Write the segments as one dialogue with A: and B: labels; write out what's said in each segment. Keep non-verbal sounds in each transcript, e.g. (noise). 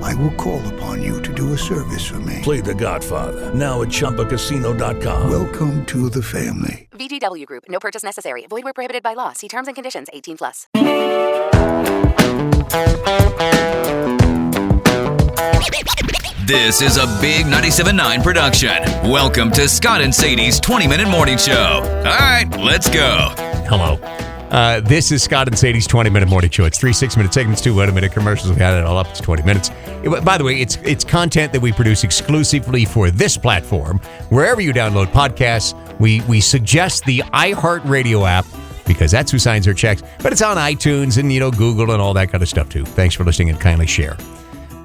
A: I will call upon you to do a service for me.
B: Play The Godfather now at ChumbaCasino.com.
A: Welcome to the family.
C: VGW Group. No purchase necessary. Void where prohibited by law. See terms and conditions. 18 plus.
D: This is a big 97.9 production. Welcome to Scott and Sadie's 20 minute morning show. All right, let's go.
E: Hello. Uh, this is Scott and Sadie's 20 minute morning show. It's three six minute segments, two one minute commercials. We had it all up. It's 20 minutes. It- by the way, it's it's content that we produce exclusively for this platform. Wherever you download podcasts, we, we suggest the iHeartRadio app because that's who signs their checks. But it's on iTunes and, you know, Google and all that kind of stuff, too. Thanks for listening and kindly share.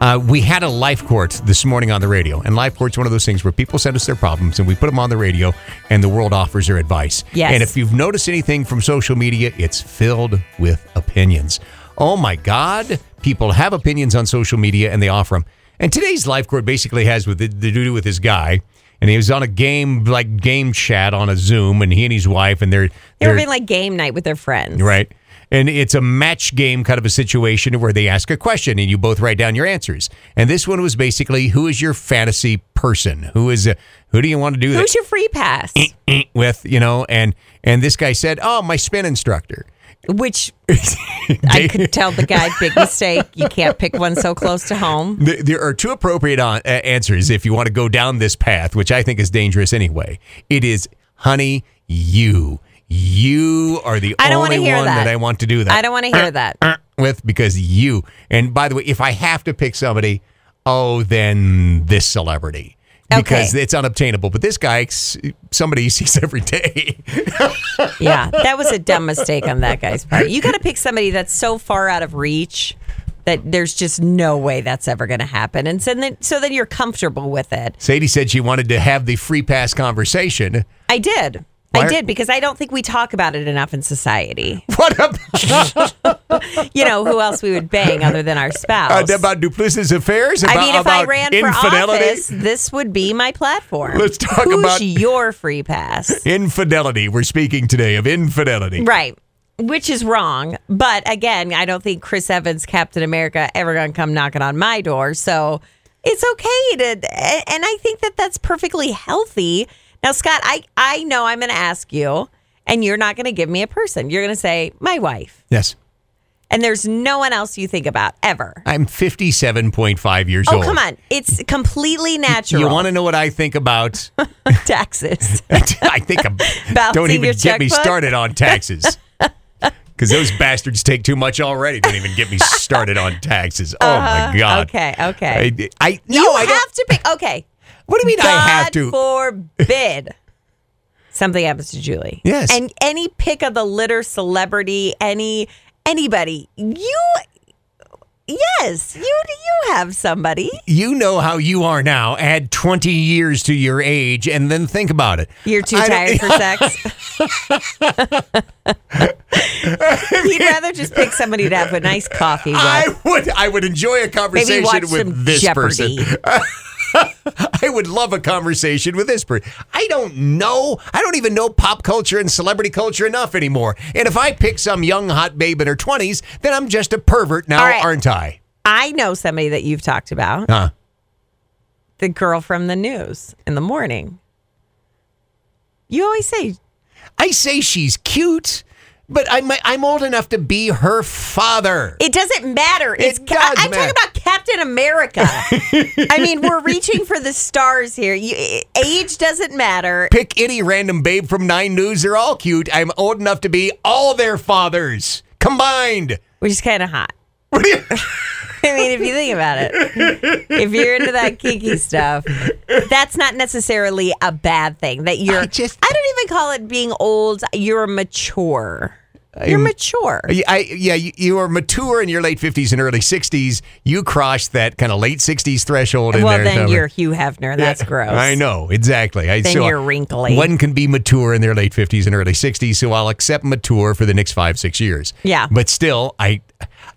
E: Uh, we had a life court this morning on the radio, and life court's one of those things where people send us their problems and we put them on the radio, and the world offers their advice.
F: Yes.
E: And if you've noticed anything from social media, it's filled with opinions. Oh my God, people have opinions on social media and they offer them. And today's life court basically has with the, the do with this guy, and he was on a game like game chat on a Zoom, and he and his wife and they're
F: They were
E: they're-
F: having like game night with their friends.
E: Right. And it's a match game kind of a situation where they ask a question and you both write down your answers. And this one was basically who is your fantasy person? Who is uh, who do you want to do
F: Who's
E: this
F: your
E: (clears throat)
F: free pass?
E: (laughs) with, you know? And and this guy said, "Oh, my spin instructor." (laughs)
F: Which I could tell the guy, big mistake. You can't pick one so close to home.
E: Th- There are two appropriate on, uh, answers if you want to go down this path, which I think is dangerous anyway. It is, "Honey, you you are the
F: I don't want
E: only
F: to hear
E: one
F: that.
E: I want to do that."
F: I don't want to hear that.
E: with because you and by the way if i have to pick somebody oh then this celebrity because
F: Okay.
E: it's unobtainable but this guy s- somebody he sees (laughs) every day
F: Yeah, that was a dumb mistake on that guy's part. You got to pick somebody that's so far out of reach that there's just no way that's ever going to happen. And so then, so then you're comfortable with it.
E: sadie said she wanted to have the free pass conversation (laughs)
F: I did.
E: Why
F: I
E: are-
F: did because I don't think we talk about it enough in society.
E: what about,
F: You know, who else we would bang other
E: (laughs)
F: than our
E: uh, (laughs)
F: spouse?
E: about Duplessis affairs about,
F: I mean, if I
E: about
F: ran for
E: infidelity
F: office, this would be my platform.
E: Let's talk
F: Who's
E: about-
F: your free pass,
E: infidelity we're speaking today of infidelity
F: right? Which is wrong, but again, I don't think Chris Evans, Captain America, ever going to come knocking on my door. So it's okay to, a- and I think that that's perfectly healthy. Now, Scott, I I know I'm going to ask you, and you're not going to give me a person. You're going to say my wife,
E: yes
F: and there's no one else you think about ever.
E: i'm 57.5 years
F: Oh,
E: old
F: come on! It's completely natural.
E: you want to know what i think about
F: (laughs) taxes?
E: (laughs) I think I'm,
F: Balancing
E: don't even
F: your
E: get me
F: checkbook?
E: started on taxes.
F: (laughs)
E: Because those bastards take too much already. Don't even get me started on taxes. Oh my god.
F: Uh, Uh-huh. Okay, okay.
E: I, I no,
F: you
E: I
F: have
E: don't.
F: to pick. Okay.
E: what do you mean I have
F: God
E: to?
F: forbid something happens to Julie.
E: Yes.
F: And any pick of the litter celebrity, any anybody, you yes, you you have somebody.
E: you know how you are now. Add twenty years to your age, and then think about it.
F: You're too
E: I don't-
F: tired for sex.
E: (laughs)
F: (laughs) He'd rather just pick somebody to have a nice coffee with.
E: I would. I would enjoy a
F: Maybe
E: conversation
F: watch
E: with
F: some
E: this person.
F: Jeopardy.
E: I would love a conversation with this person. I don't know. I don't even know pop culture and celebrity culture enough anymore. And if I pick some young hot babe in her twenties, then I'm just a pervert now,
F: All right.
E: aren't I?
F: I know somebody that you've talked about.
E: Huh.
F: The girl from the news in the morning. You always say
E: I say she's cute, but I'm I'm old enough to be her father.
F: It doesn't matter. It's
E: It
F: ca-
E: does
F: I'm
E: matter.
F: talking about Captain (laughs) America. I mean, we're reaching for the stars here. You, age doesn't matter.
E: pick any random babe from Nine News; they're all cute. I'm old enough to be all their fathers combined.
F: Which is kind of (laughs) hot.
E: What do you?
F: I mean, if you think about it, if you're into that kinky stuff, that's not necessarily a bad thing. That you're
E: I
F: I
E: just-
F: just I Oh, don't even call it being old. You're mature. You're mature.
E: Yeah, I, yeah, you, you are mature in your late fifties and early sixties. You crossed that kind of late sixties threshold. In
F: well,
E: there,
F: then
E: so-
F: you're Hugh Hefner. That's
E: Yeah,
F: gross.
E: I know exactly. I,
F: Then
E: so uh,
F: you're wrinkly.
E: One can be mature in their late fifties and early sixties. So I'll accept mature for the next five six years.
F: Yeah.
E: but still, I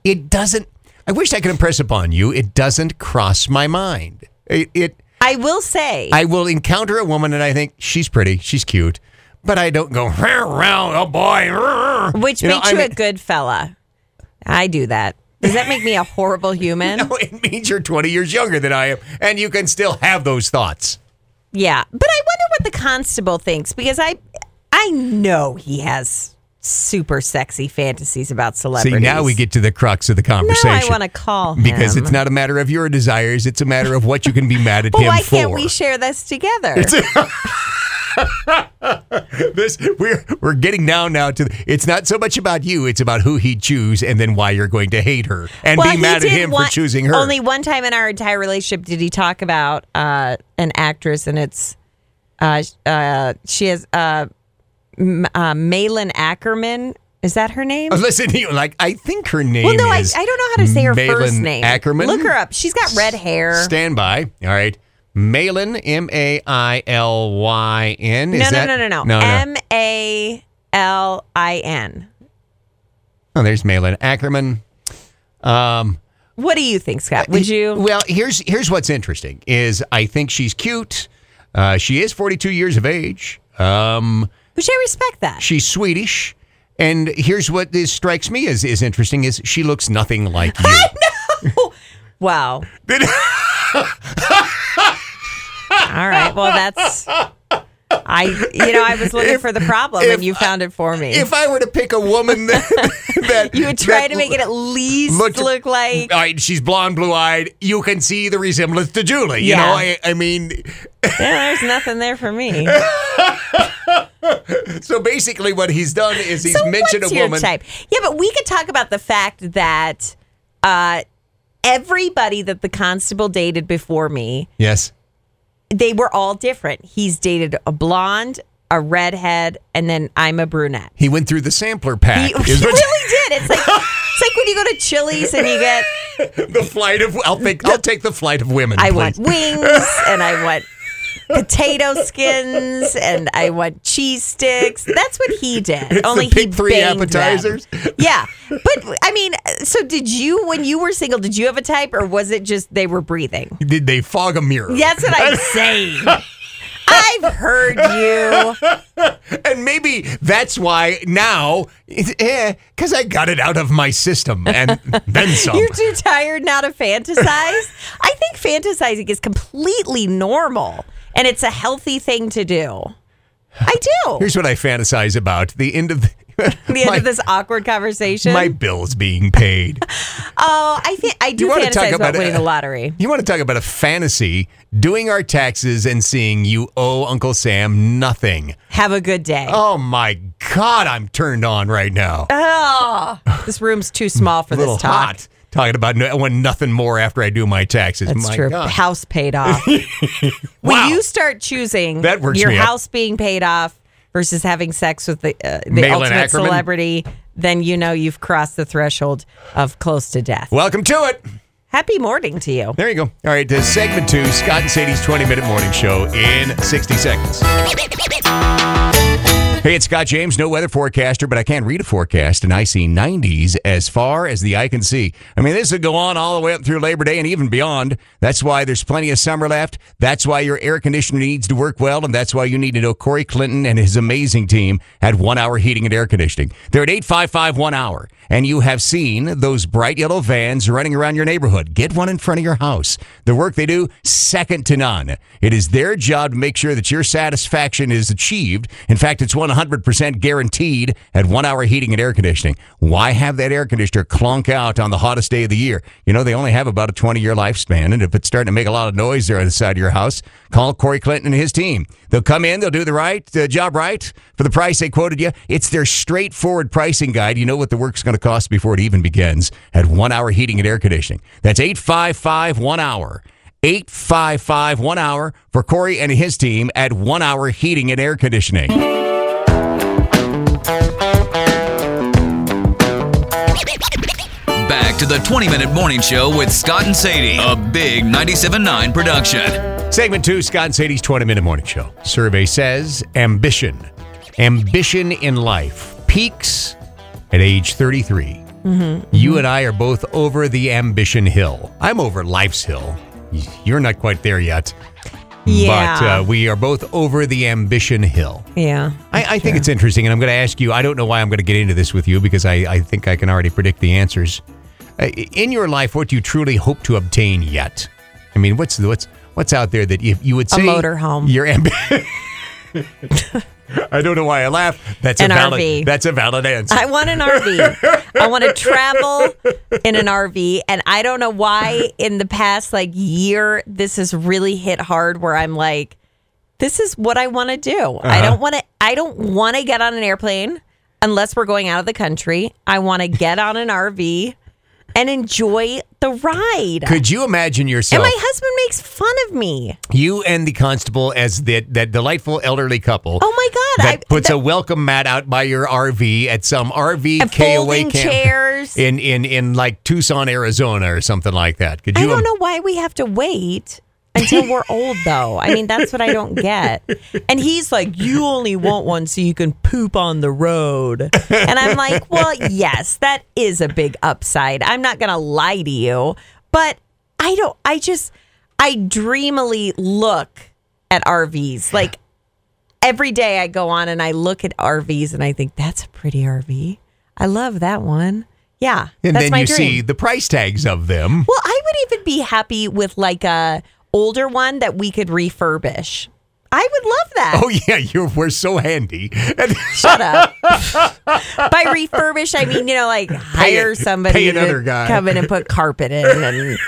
E: it doesn't. I wish I could impress upon you. It doesn't cross my mind. It. it
F: I will say,
E: I will encounter a woman and I think she's pretty, she's cute, but I don't go "Rah, rah, oh boy, rah, rah."
F: which
E: know,
F: makes
E: I
F: you
E: mean-
F: a good fella. I do that. Does that make me a
E: (laughs)
F: horrible human?
E: No, it means you're 20 years younger than I am, and you can still have those thoughts.
F: Yeah, but I wonder what the constable thinks because I, I know he has super sexy fantasies about celebrities.
E: See, now we get to the crux of the
F: Now
E: conversation.
F: I want to call him
E: because it's not a matter of your desires; it's a matter of what you can be mad at
F: (laughs) But
E: him
F: why
E: for.
F: can't we share this together?
E: (laughs) this we're we're getting down now to it's not so much about you; it's about who he choose and then why you're going to hate her and
F: Well,
E: be
F: he
E: mad at
F: did
E: him
F: one-
E: for choosing her.
F: Only one time in our entire relationship did he talk about uh, an actress, and it's uh, uh, she has uh, M- uh, Malin Ackerman. Is that her name?
E: (laughs) Listen, to you like I think her Oh, name.
F: Well, no, I,
E: is
F: I don't know how to say her first
E: Malin
F: name.
E: Ackerman.
F: Look her up. She's got red hair.
E: Stand by. All right. Malin, M A I L Y N. Is
F: no,
E: that-
F: no, no, no,
E: no.
F: no. M A L I N.
E: Oh, there's Malin Ackerman. Um,
F: What do you think, Scott?
E: Uh,
F: Would you?
E: Well, here's here's what's interesting is I think she's cute. Uh, she is 42 years of age. Um,
F: Which I respect that.
E: she's Swedish, and here's what this strikes me as is interesting is she looks nothing like
F: (laughs)
E: you.
F: Wow. All right. Well, that's. I, you know, I was looking for the problem,
E: if
F: and you found it for me.
E: if I were to pick a woman (laughs) that, that
F: you would try
E: that
F: to make it at least
E: looked-
F: look like
E: All right, she's blonde, blue eyed. You can see the resemblance to Julie. You
F: Yeah.
E: know, I, I mean,
F: yeah, there's nothing there
E: (laughs)
F: for me.
E: so basically, what he's done is he's
F: so
E: mentioned
F: what's
E: a
F: your
E: woman.
F: type? Yeah, but we could talk about the fact that uh, everybody that the constable dated before me
E: Yes.
F: they were all different. He's dated a blonde, a redhead, and then I'm a brunette.
E: He went through the sampler
F: He,
E: pack. (laughs)
F: he
E: is what-
F: (laughs) really did. It's like it's like when you go to Chili's and you get
E: the flight of I'll think I'll take the flight of women.
F: I
E: please.
F: want wings and I want potato skins and I want cheese sticks. That's what he
E: (laughs)
F: did.
E: the
F: Only
E: big
F: he
E: three
F: banged them.
E: appetizers?
F: Yeah, but I mean, so did you when you were single? Did you have a type, or was it just they were breathing?
E: Did they fog a mirror?
F: That's what
E: (laughs)
F: I'm saying. I've heard you.
E: And maybe that's why now, because I got it out of my system
F: (laughs)
E: and then some.
F: You're too tired now to fantasize.
E: (laughs)
F: I think fantasizing is completely normal and it's a healthy thing to do. I do.
E: (laughs) Here's what I fantasize about: the end of the,
F: (laughs) the end
E: my,
F: of this awkward conversation.
E: My bills being
F: (laughs)
E: paid.
F: oh, I think I do
E: wanna talk
F: fantasize about
E: about it?
F: winning the lottery.
E: You want to talk about a fantasy? Doing our taxes and seeing you owe Uncle Sam nothing.
F: Have a good day. Oh,
E: Oh my God, I'm turned on right now.
F: this room's too small for
E: a little
F: Oh, this talk.
E: hot. Talking about no, I want nothing more after I do my taxes.
F: That's
E: my
F: true.
E: God. (laughs)
F: House paid off.
E: wow.
F: When you start choosing
E: That works
F: your
E: me up.
F: house being paid off versus having sex with the, uh, the
E: Malin
F: ultimate
E: Ackerman?
F: celebrity, then you know you've crossed the threshold of close to death.
E: Welcome to it.
F: Happy morning to you.
E: There you go. All right, uh, segment two, Scott and Sadie's 20 minute morning show in 60 seconds. (laughs) Hey, it's Scott James, no weather forecaster, but I can read a forecast, and I see 90s as far as the eye can see. I mean, this would go on all the way up through Labor Day and even beyond. That's why there's plenty of summer left. That's why your air conditioner needs to work well, and that's why you need to know Corey Clinton and his amazing team at One Hour Heating and Air Conditioning. They're at 855 One Hour, and you have seen those bright yellow vans running around your neighborhood. Get one in front of your house. The work they do, second to none. It is their job to make sure that your satisfaction is achieved. In fact, it's 100% guaranteed at one hour heating and air conditioning. Why have that air conditioner clonk out on the hottest day of the year? You know, they only have about a 20 year lifespan. And if it's starting to make a lot of noise there on the side of your house, call Corey Clinton and his team. They'll come in, they'll do the right the job right for the price they quoted you. It's their straightforward pricing guide. You know what the work's going to cost before it even begins at one hour heating and air conditioning. That's 855 one hour. 855 one hour for Corey and his team at one hour heating and air conditioning.
D: to the 20 Minute Morning Show with Scott and Sadie, a big 97.9 production.
E: Segment two, Scott and Sadie's 20 Minute Morning Show. Survey says ambition. Ambition in life peaks at age 33. You and I are both over the ambition hill. I'm over life's hill. Y- You're not quite there yet. But
F: Yeah.
E: uh, we are both over the ambition hill.
F: yeah.
E: I, I think it's interesting, and I'm going to ask you. I don't know why I'm going to get into this with you because I, I think I can already predict the answers. Uh, In your life, what do you truly hope to obtain yet? I mean, what's what's what's out there that you, you would
F: A
E: say
F: motorhome.
E: Your ambition. (laughs) I don't know why I laugh. That's
F: An
E: a valid.
F: RV.
E: That's a valid answer.
F: I want an RV. I want to travel in an RV. And I don't know why in the past like year this has really hit hard where I'm like, this is what I want to do. I
E: Uh-huh.
F: don't want to I don't want to get on an airplane unless we're going out of the country. I want to get on an RV and enjoy the ride.
E: Could you imagine
F: and
E: yourself?
F: my husband makes fun of me.
E: you and the constable as that that delightful elderly couple.
F: Oh my god.
E: that puts
F: that-
E: a welcome mat out by your RV at some RV
F: And
E: KOA
F: folding
E: camp
F: chairs.
E: in in in like Tucson, Arizona, or something like that. Could you?
F: I don't know why we have to wait until we're old, though. I mean, that's what I don't get. And he's like, "You only want one so you can poop on the road." And I'm like, "Well, yes, that is a big upside. I'm not gonna lie to you, but I don't. I just, I dreamily look at RVs like." Every day I go on and I look at RVs and I think that's a pretty RV. I love that one. Yeah,
E: And
F: that's
E: then
F: my
E: you
F: dream.
E: see the price tags of them. (laughs)
F: Well, I would even be happy with like a older one that we could refurbish. I would love that.
E: Oh yeah, you're we're so handy. And (laughs)
F: Shut up. By refurbish, I mean you know, like hire somebody
E: pay
F: to
E: another guy.
F: come in and put carpet in, and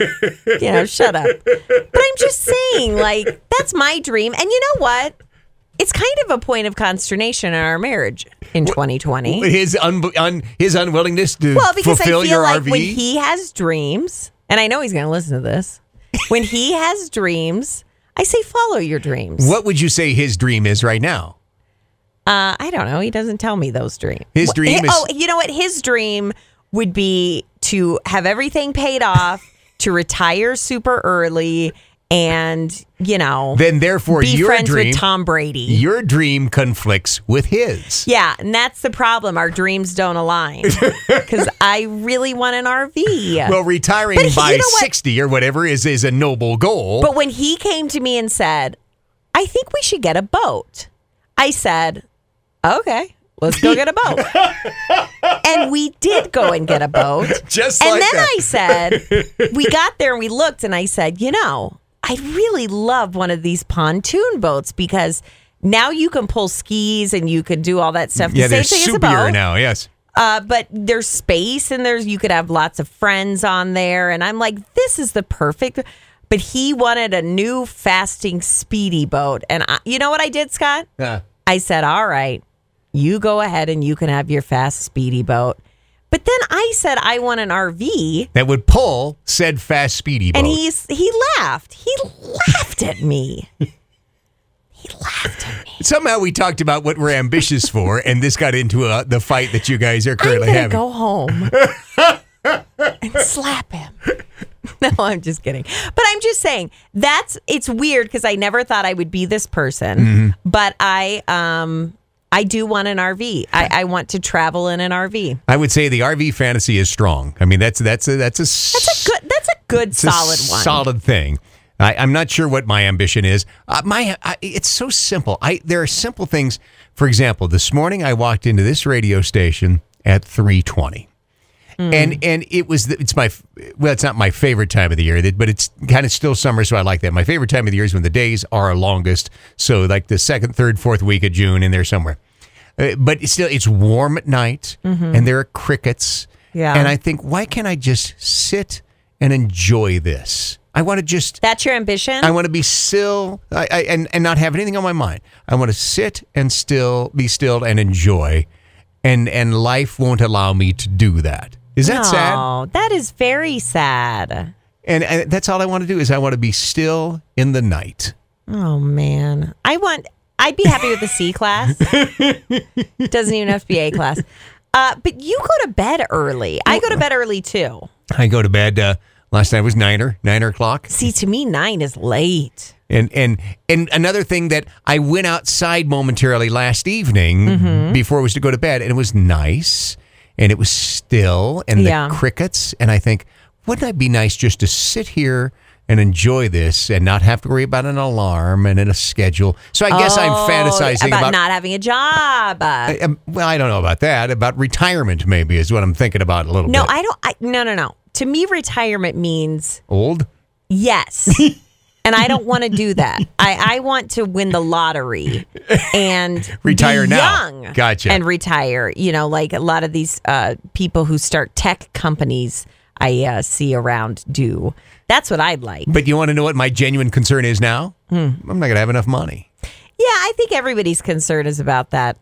F: you know, shut up. But I'm just saying, like that's my dream, and you know what? It's kind of a point of consternation in our marriage in 2020.
E: his un, un his unwillingness to
F: Well, because I
E: fulfill
F: feel
E: your
F: like
E: RV.
F: when he has dreams, and I know he's going to listen to this, when
E: (laughs)
F: he has dreams, I say follow your dreams.
E: what would you say his dream is right now?
F: Uh, I don't know. He doesn't tell me those dreams.
E: His
F: What-
E: dream
F: hi-
E: is-
F: Oh, you know what? His dream would be to have everything paid off, (laughs) to retire super early, and you know,
E: Then therefore
F: be
E: your
F: friends
E: dream
F: with Tom Brady.
E: your dream conflicts with his.
F: yeah, and that's the problem. Our dreams
E: (laughs)
F: don't align because I really want an RV.
E: Well, retiring
F: But he-
E: by
F: you know what?
E: 60 or whatever is is a noble goal.
F: But when he came to me and said, I think we should get a boat, I said, okay, let's go get a
E: (laughs)
F: boat. and we did go and get a boat.
E: Just
F: and
E: like
F: then
E: that.
F: I said,
E: (laughs)
F: we got there and we looked and I said, you know, I'd really love one of these pontoon boats because now you can pull skis and you can do all that stuff.
E: yeah,
F: the
E: they're
F: same thing as a
E: soupier
F: boat.
E: now. Yes.
F: Uh, but there's space and there's you could have lots of friends on there. And I'm like, this is the perfect. But he wanted a new fasting speedy boat, and I, you know what I did, Scott?
E: Yeah.
F: I said, all right, you go ahead and you can have your fast speedy boat. But then I said, I want an RV,
E: that would pull said fast speedy boat.
F: and he's he laughed. He laughed at me. (laughs) he laughed at me.
E: Somehow we talked about what we're
F: (laughs)
E: ambitious for, and this got into uh, the fight that you guys are
F: I'm
E: currently
F: gonna
E: having.
F: go home and slap him. (laughs) No, I'm just kidding. But I'm just saying that's it's weird because I never thought I would be this person,
E: Mm-hmm.
F: but I um I do want an RV. I, I want to travel in an RV.
E: I would say the RV fantasy is strong. I mean, that's that's a that's a
F: That's a good. That's a good
E: it's a
F: solid one.
E: solid thing. I, I'm not sure what my ambition is. Uh, my I, it's so simple. I there are simple things. For example, this morning I walked into this radio station at 3:20,
F: Hmm.
E: and and it was the, it's my f- well it's not my favorite time of the year, but it's kind of still summer, so I like that. My favorite time of the year is when the days are longest, so like the second, third, fourth week of June in there somewhere. Uh, but it's still it's warm at night, and there are crickets.
F: Mm-hmm. Yeah.
E: and I think why can't I just sit and enjoy this? I want to just
F: That's your ambition.
E: I want to be still I, I, and and not have anything on my mind. I want to sit and still be still and enjoy, and and life won't allow me to do that. Is that sad?
F: No, that is very sad.
E: And, and that's all I want to do is I want to be still in the night.
F: Oh man, I want. I'd be happy with
E: (laughs)
F: a C class. Doesn't even have to be A class. Uh, but you go to bed early. I go to bed early too.
E: I go to bed. Uh, last night was niner, nine o'clock.
F: See, to me, nine is late.
E: And and and another thing that I went outside momentarily last evening
F: Mm-hmm.
E: before I was to go to bed, and it was nice, and it was still, and
F: Yeah.
E: the crickets, and I think wouldn't it be nice just to sit here and enjoy this and not have to worry about an alarm and in a schedule? So I guess I'm
F: Oh,
E: fantasizing
F: about,
E: about.
F: not having a job.
E: I- um, well, I don't know about that. About retirement, maybe is what I'm thinking about a little
F: no,
E: bit.
F: I don't. I, no, no, no. To me, retirement means
E: old. (laughs)
F: Yes. and I don't want to do that. I, I want to win the lottery and
E: (laughs) Retire
F: be
E: now.
F: Young
E: Gotcha.
F: And retire. You know, like a lot of these uh, people who start tech companies I uh, see around do. That's what I'd like.
E: But you want to know what my genuine concern is now?
F: Hmm.
E: I'm not going to have enough money.
F: Yeah, I think everybody's concern is about that,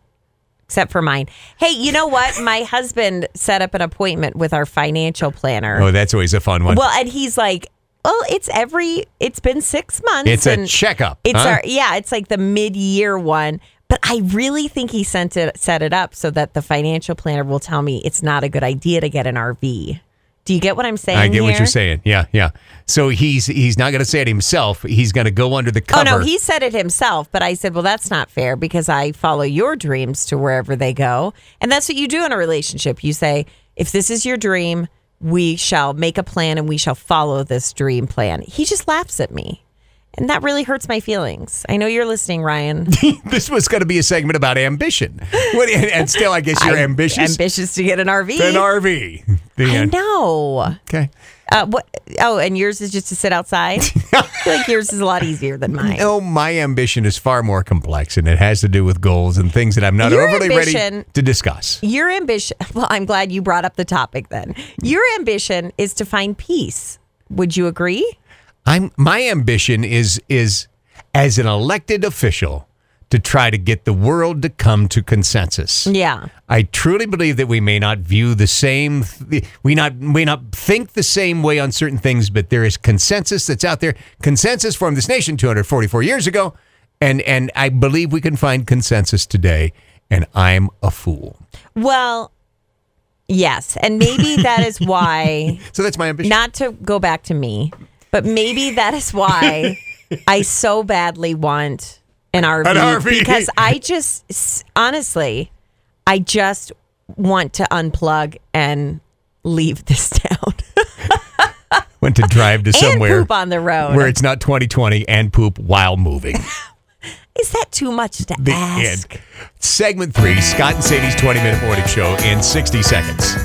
F: except for mine. Hey, you know what? My (laughs) husband set up an appointment with our financial planner.
E: Oh, that's always a fun one.
F: Well, and he's like, well, it's every, it's been six months.
E: it's a
F: and
E: checkup.
F: It's
E: huh?
F: our yeah, it's like the mid-year one. But I really think he sent it set it up so that the financial planner will tell me it's not a good idea to get an RV. Do you get what I'm saying?
E: I get what
F: here?
E: you're saying. Yeah, yeah. So he's he's not going to say it himself. He's going to go under the
F: Oh
E: cover.
F: no, he said it himself, but I said, "Well, that's not fair because I follow your dreams to wherever they go." And that's what you do in a relationship. You say, "If this is your dream, we shall make a plan and we shall follow this dream plan." He just laughs at me. And that really hurts my feelings. I know you're
E: (laughs)
F: listening, Ryan.
E: this was going to be a segment about ambition. (laughs) What, and, and still, I guess you're
F: I'm
E: ambitious.
F: Ambitious to get an RV.
E: An RV. The
F: I
E: end.
F: know.
E: Okay.
F: Uh, what? Oh, and yours is just to sit outside. I feel like yours is a lot easier than mine.
E: No, Oh, my ambition is far more complex, and it has to do with goals and things that I'm not
F: Your
E: overly ready
F: ambition-
E: to discuss.
F: Your ambition. Well, I'm glad you brought up the topic. Then your ambition is to find peace. Would you agree?
E: I'm my ambition is is as an elected official to try to get the world to come to consensus.
F: Yeah.
E: I truly believe that we may not view the same, th- we not may not think the same way on certain things, but there is consensus that's out there. Consensus formed this nation 244 years ago, and and I believe we can find consensus today. And I'm a fool,
F: Well, yes, and maybe that is why.
E: so that's my ambition.
F: Not to go back to me, but maybe that is why I so badly want an RV,
E: An RV.
F: because I just s- honestly, I just want to unplug and leave this (laughs) town
E: Went to drive to
F: (laughs) and
E: somewhere
F: poop on the road.
E: where it's not 2020 and poop while moving.
F: Is that too much to
E: The
F: ask?
E: end. Segment three, Scott and Sadie's 20 minute morning show in 60 seconds.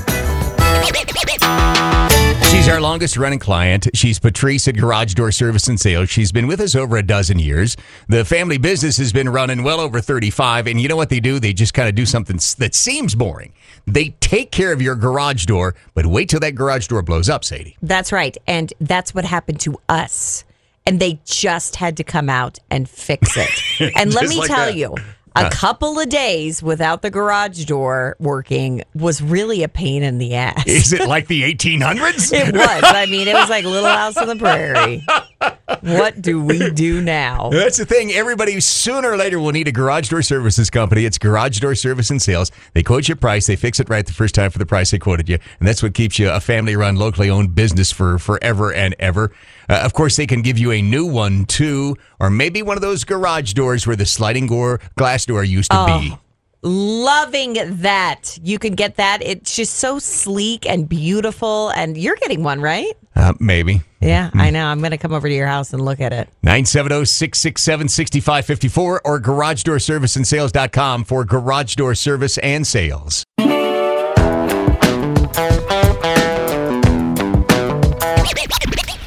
E: She's our longest running client. She's Patrice at Garage Door Service and Sales. She's been with us over a dozen years. The family business has been running well over 35. And you know what they do? They just kind of do something s- that seems boring. They take care of your garage door, but wait till that garage door blows up, Sadie.
F: That's right, and that's what happened to us. And they just had to come out and fix
E: (laughs)
F: it. And let
E: Just
F: me
E: like
F: tell
E: that.
F: you, a couple of days without the garage door working was really a pain in the
E: (laughs)
F: ass.
E: Is it like the
F: (laughs)
E: 1800s?
F: It was. I mean, it was like Little House on the Prairie. What do we do now?
E: That's the thing. Everybody sooner or later will need a garage door services company. It's Garage Door Service and Sales. They quote your price, they fix it right the first time for the price they quoted you, and that's what keeps you a family-run, locally-owned business for forever and ever. Uh, of course, they can give you a new one too, or maybe one of those garage doors where the sliding door glass door used to be.
F: Loving that. You can get that. It's just so sleek and beautiful. And you're getting one, right?
E: Uh, maybe.
F: Yeah,
E: Mm.
F: I know. I'm going to come over to your house and look at it.
E: oh, 970-667-6554 or garage door service and sales.com for garage door service and sales.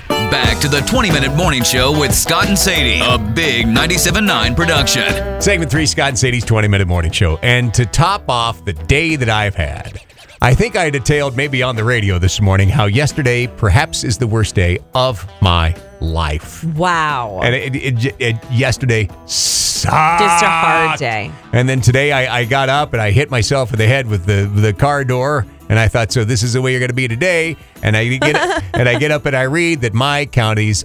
D: Back to the 20 minute morning show with Scott and Sadie, a big 97.9 production.
E: Segment three, Scott and Sadie's 20 minute morning show. And to top off the day that I've had, I think I detailed maybe on the radio this morning how yesterday perhaps is the worst day of my life.
F: Wow.
E: And it, it, it, it- yesterday sucked.
F: Just a
E: Ah,
F: hard day.
E: And then today I, I got up and I hit myself in the head with the, the car door. And I thought, so this is the way you're going to be today. And I get (laughs) and I get up and I read that my county's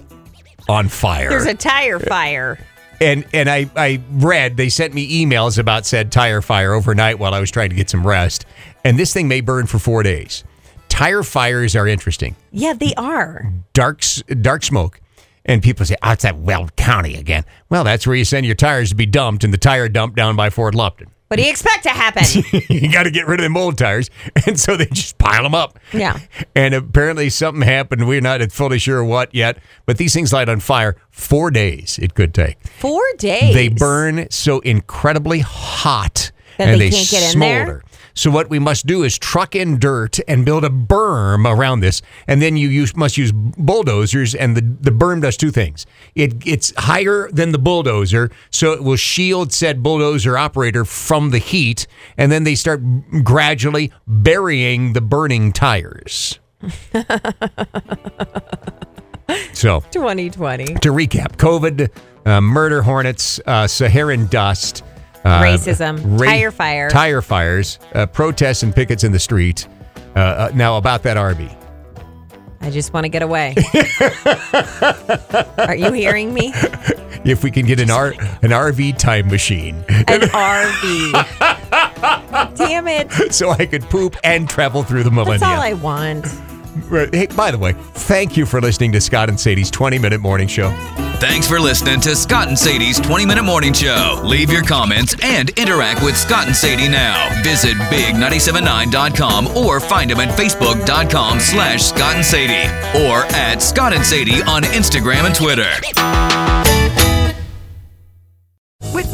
E: on fire
F: There's a tire fire.
E: and and I, I read they sent me emails about said tire fire overnight while I was trying to get some rest. And this thing may burn for four days. tire fires are interesting.
F: Yeah, they are.
E: dark s- dark smoke. And people say, oh, it's that Weld County again. Well, that's where you send your tires to be dumped and the tire dump down by Fort Lupton. (laughs)
F: What do you expect to happen?
E: you got to get rid of them old tires. (laughs) And so they just pile them up.
F: Yeah.
E: (laughs) And apparently something happened. We're not fully sure what yet, but these things light on fire. Four days it could take.
F: Four days.
E: They burn so incredibly hot
F: That
E: and
F: they
E: they,
F: can't get in there?
E: smolder. So what we must do is truck in dirt and build a berm around this, and then you use, must use bulldozers. And the, the berm does two things: it it's higher than the bulldozer, so it will shield said bulldozer operator from the heat. And then they start gradually burying the burning
F: (laughs)
E: tires. so
F: 2020.
E: to recap COVID, uh, murder hornets, uh, Saharan dust, uh,
F: Racism, tire fire.
E: tire fires, uh, protests and pickets in the street. Uh, uh, now, about that Arby.
F: I just want to get away. (laughs) Are you hearing me?
E: If we can get an, R- an RV time machine (laughs)
F: An RV. Damn it.
E: so I could poop and travel through the millennium.
F: That's all I want.
E: Right. hey, by the way, thank you for listening to Scott and Sadie's 20 Minute Morning Show.
D: Thanks for listening to Scott and Sadie's 20 Minute Morning Show. Leave your comments and interact with Scott and Sadie now. Visit big979.com or find them at facebook.com slash Scott and Sadie or at Scott and Sadie on Instagram and Twitter.
G: With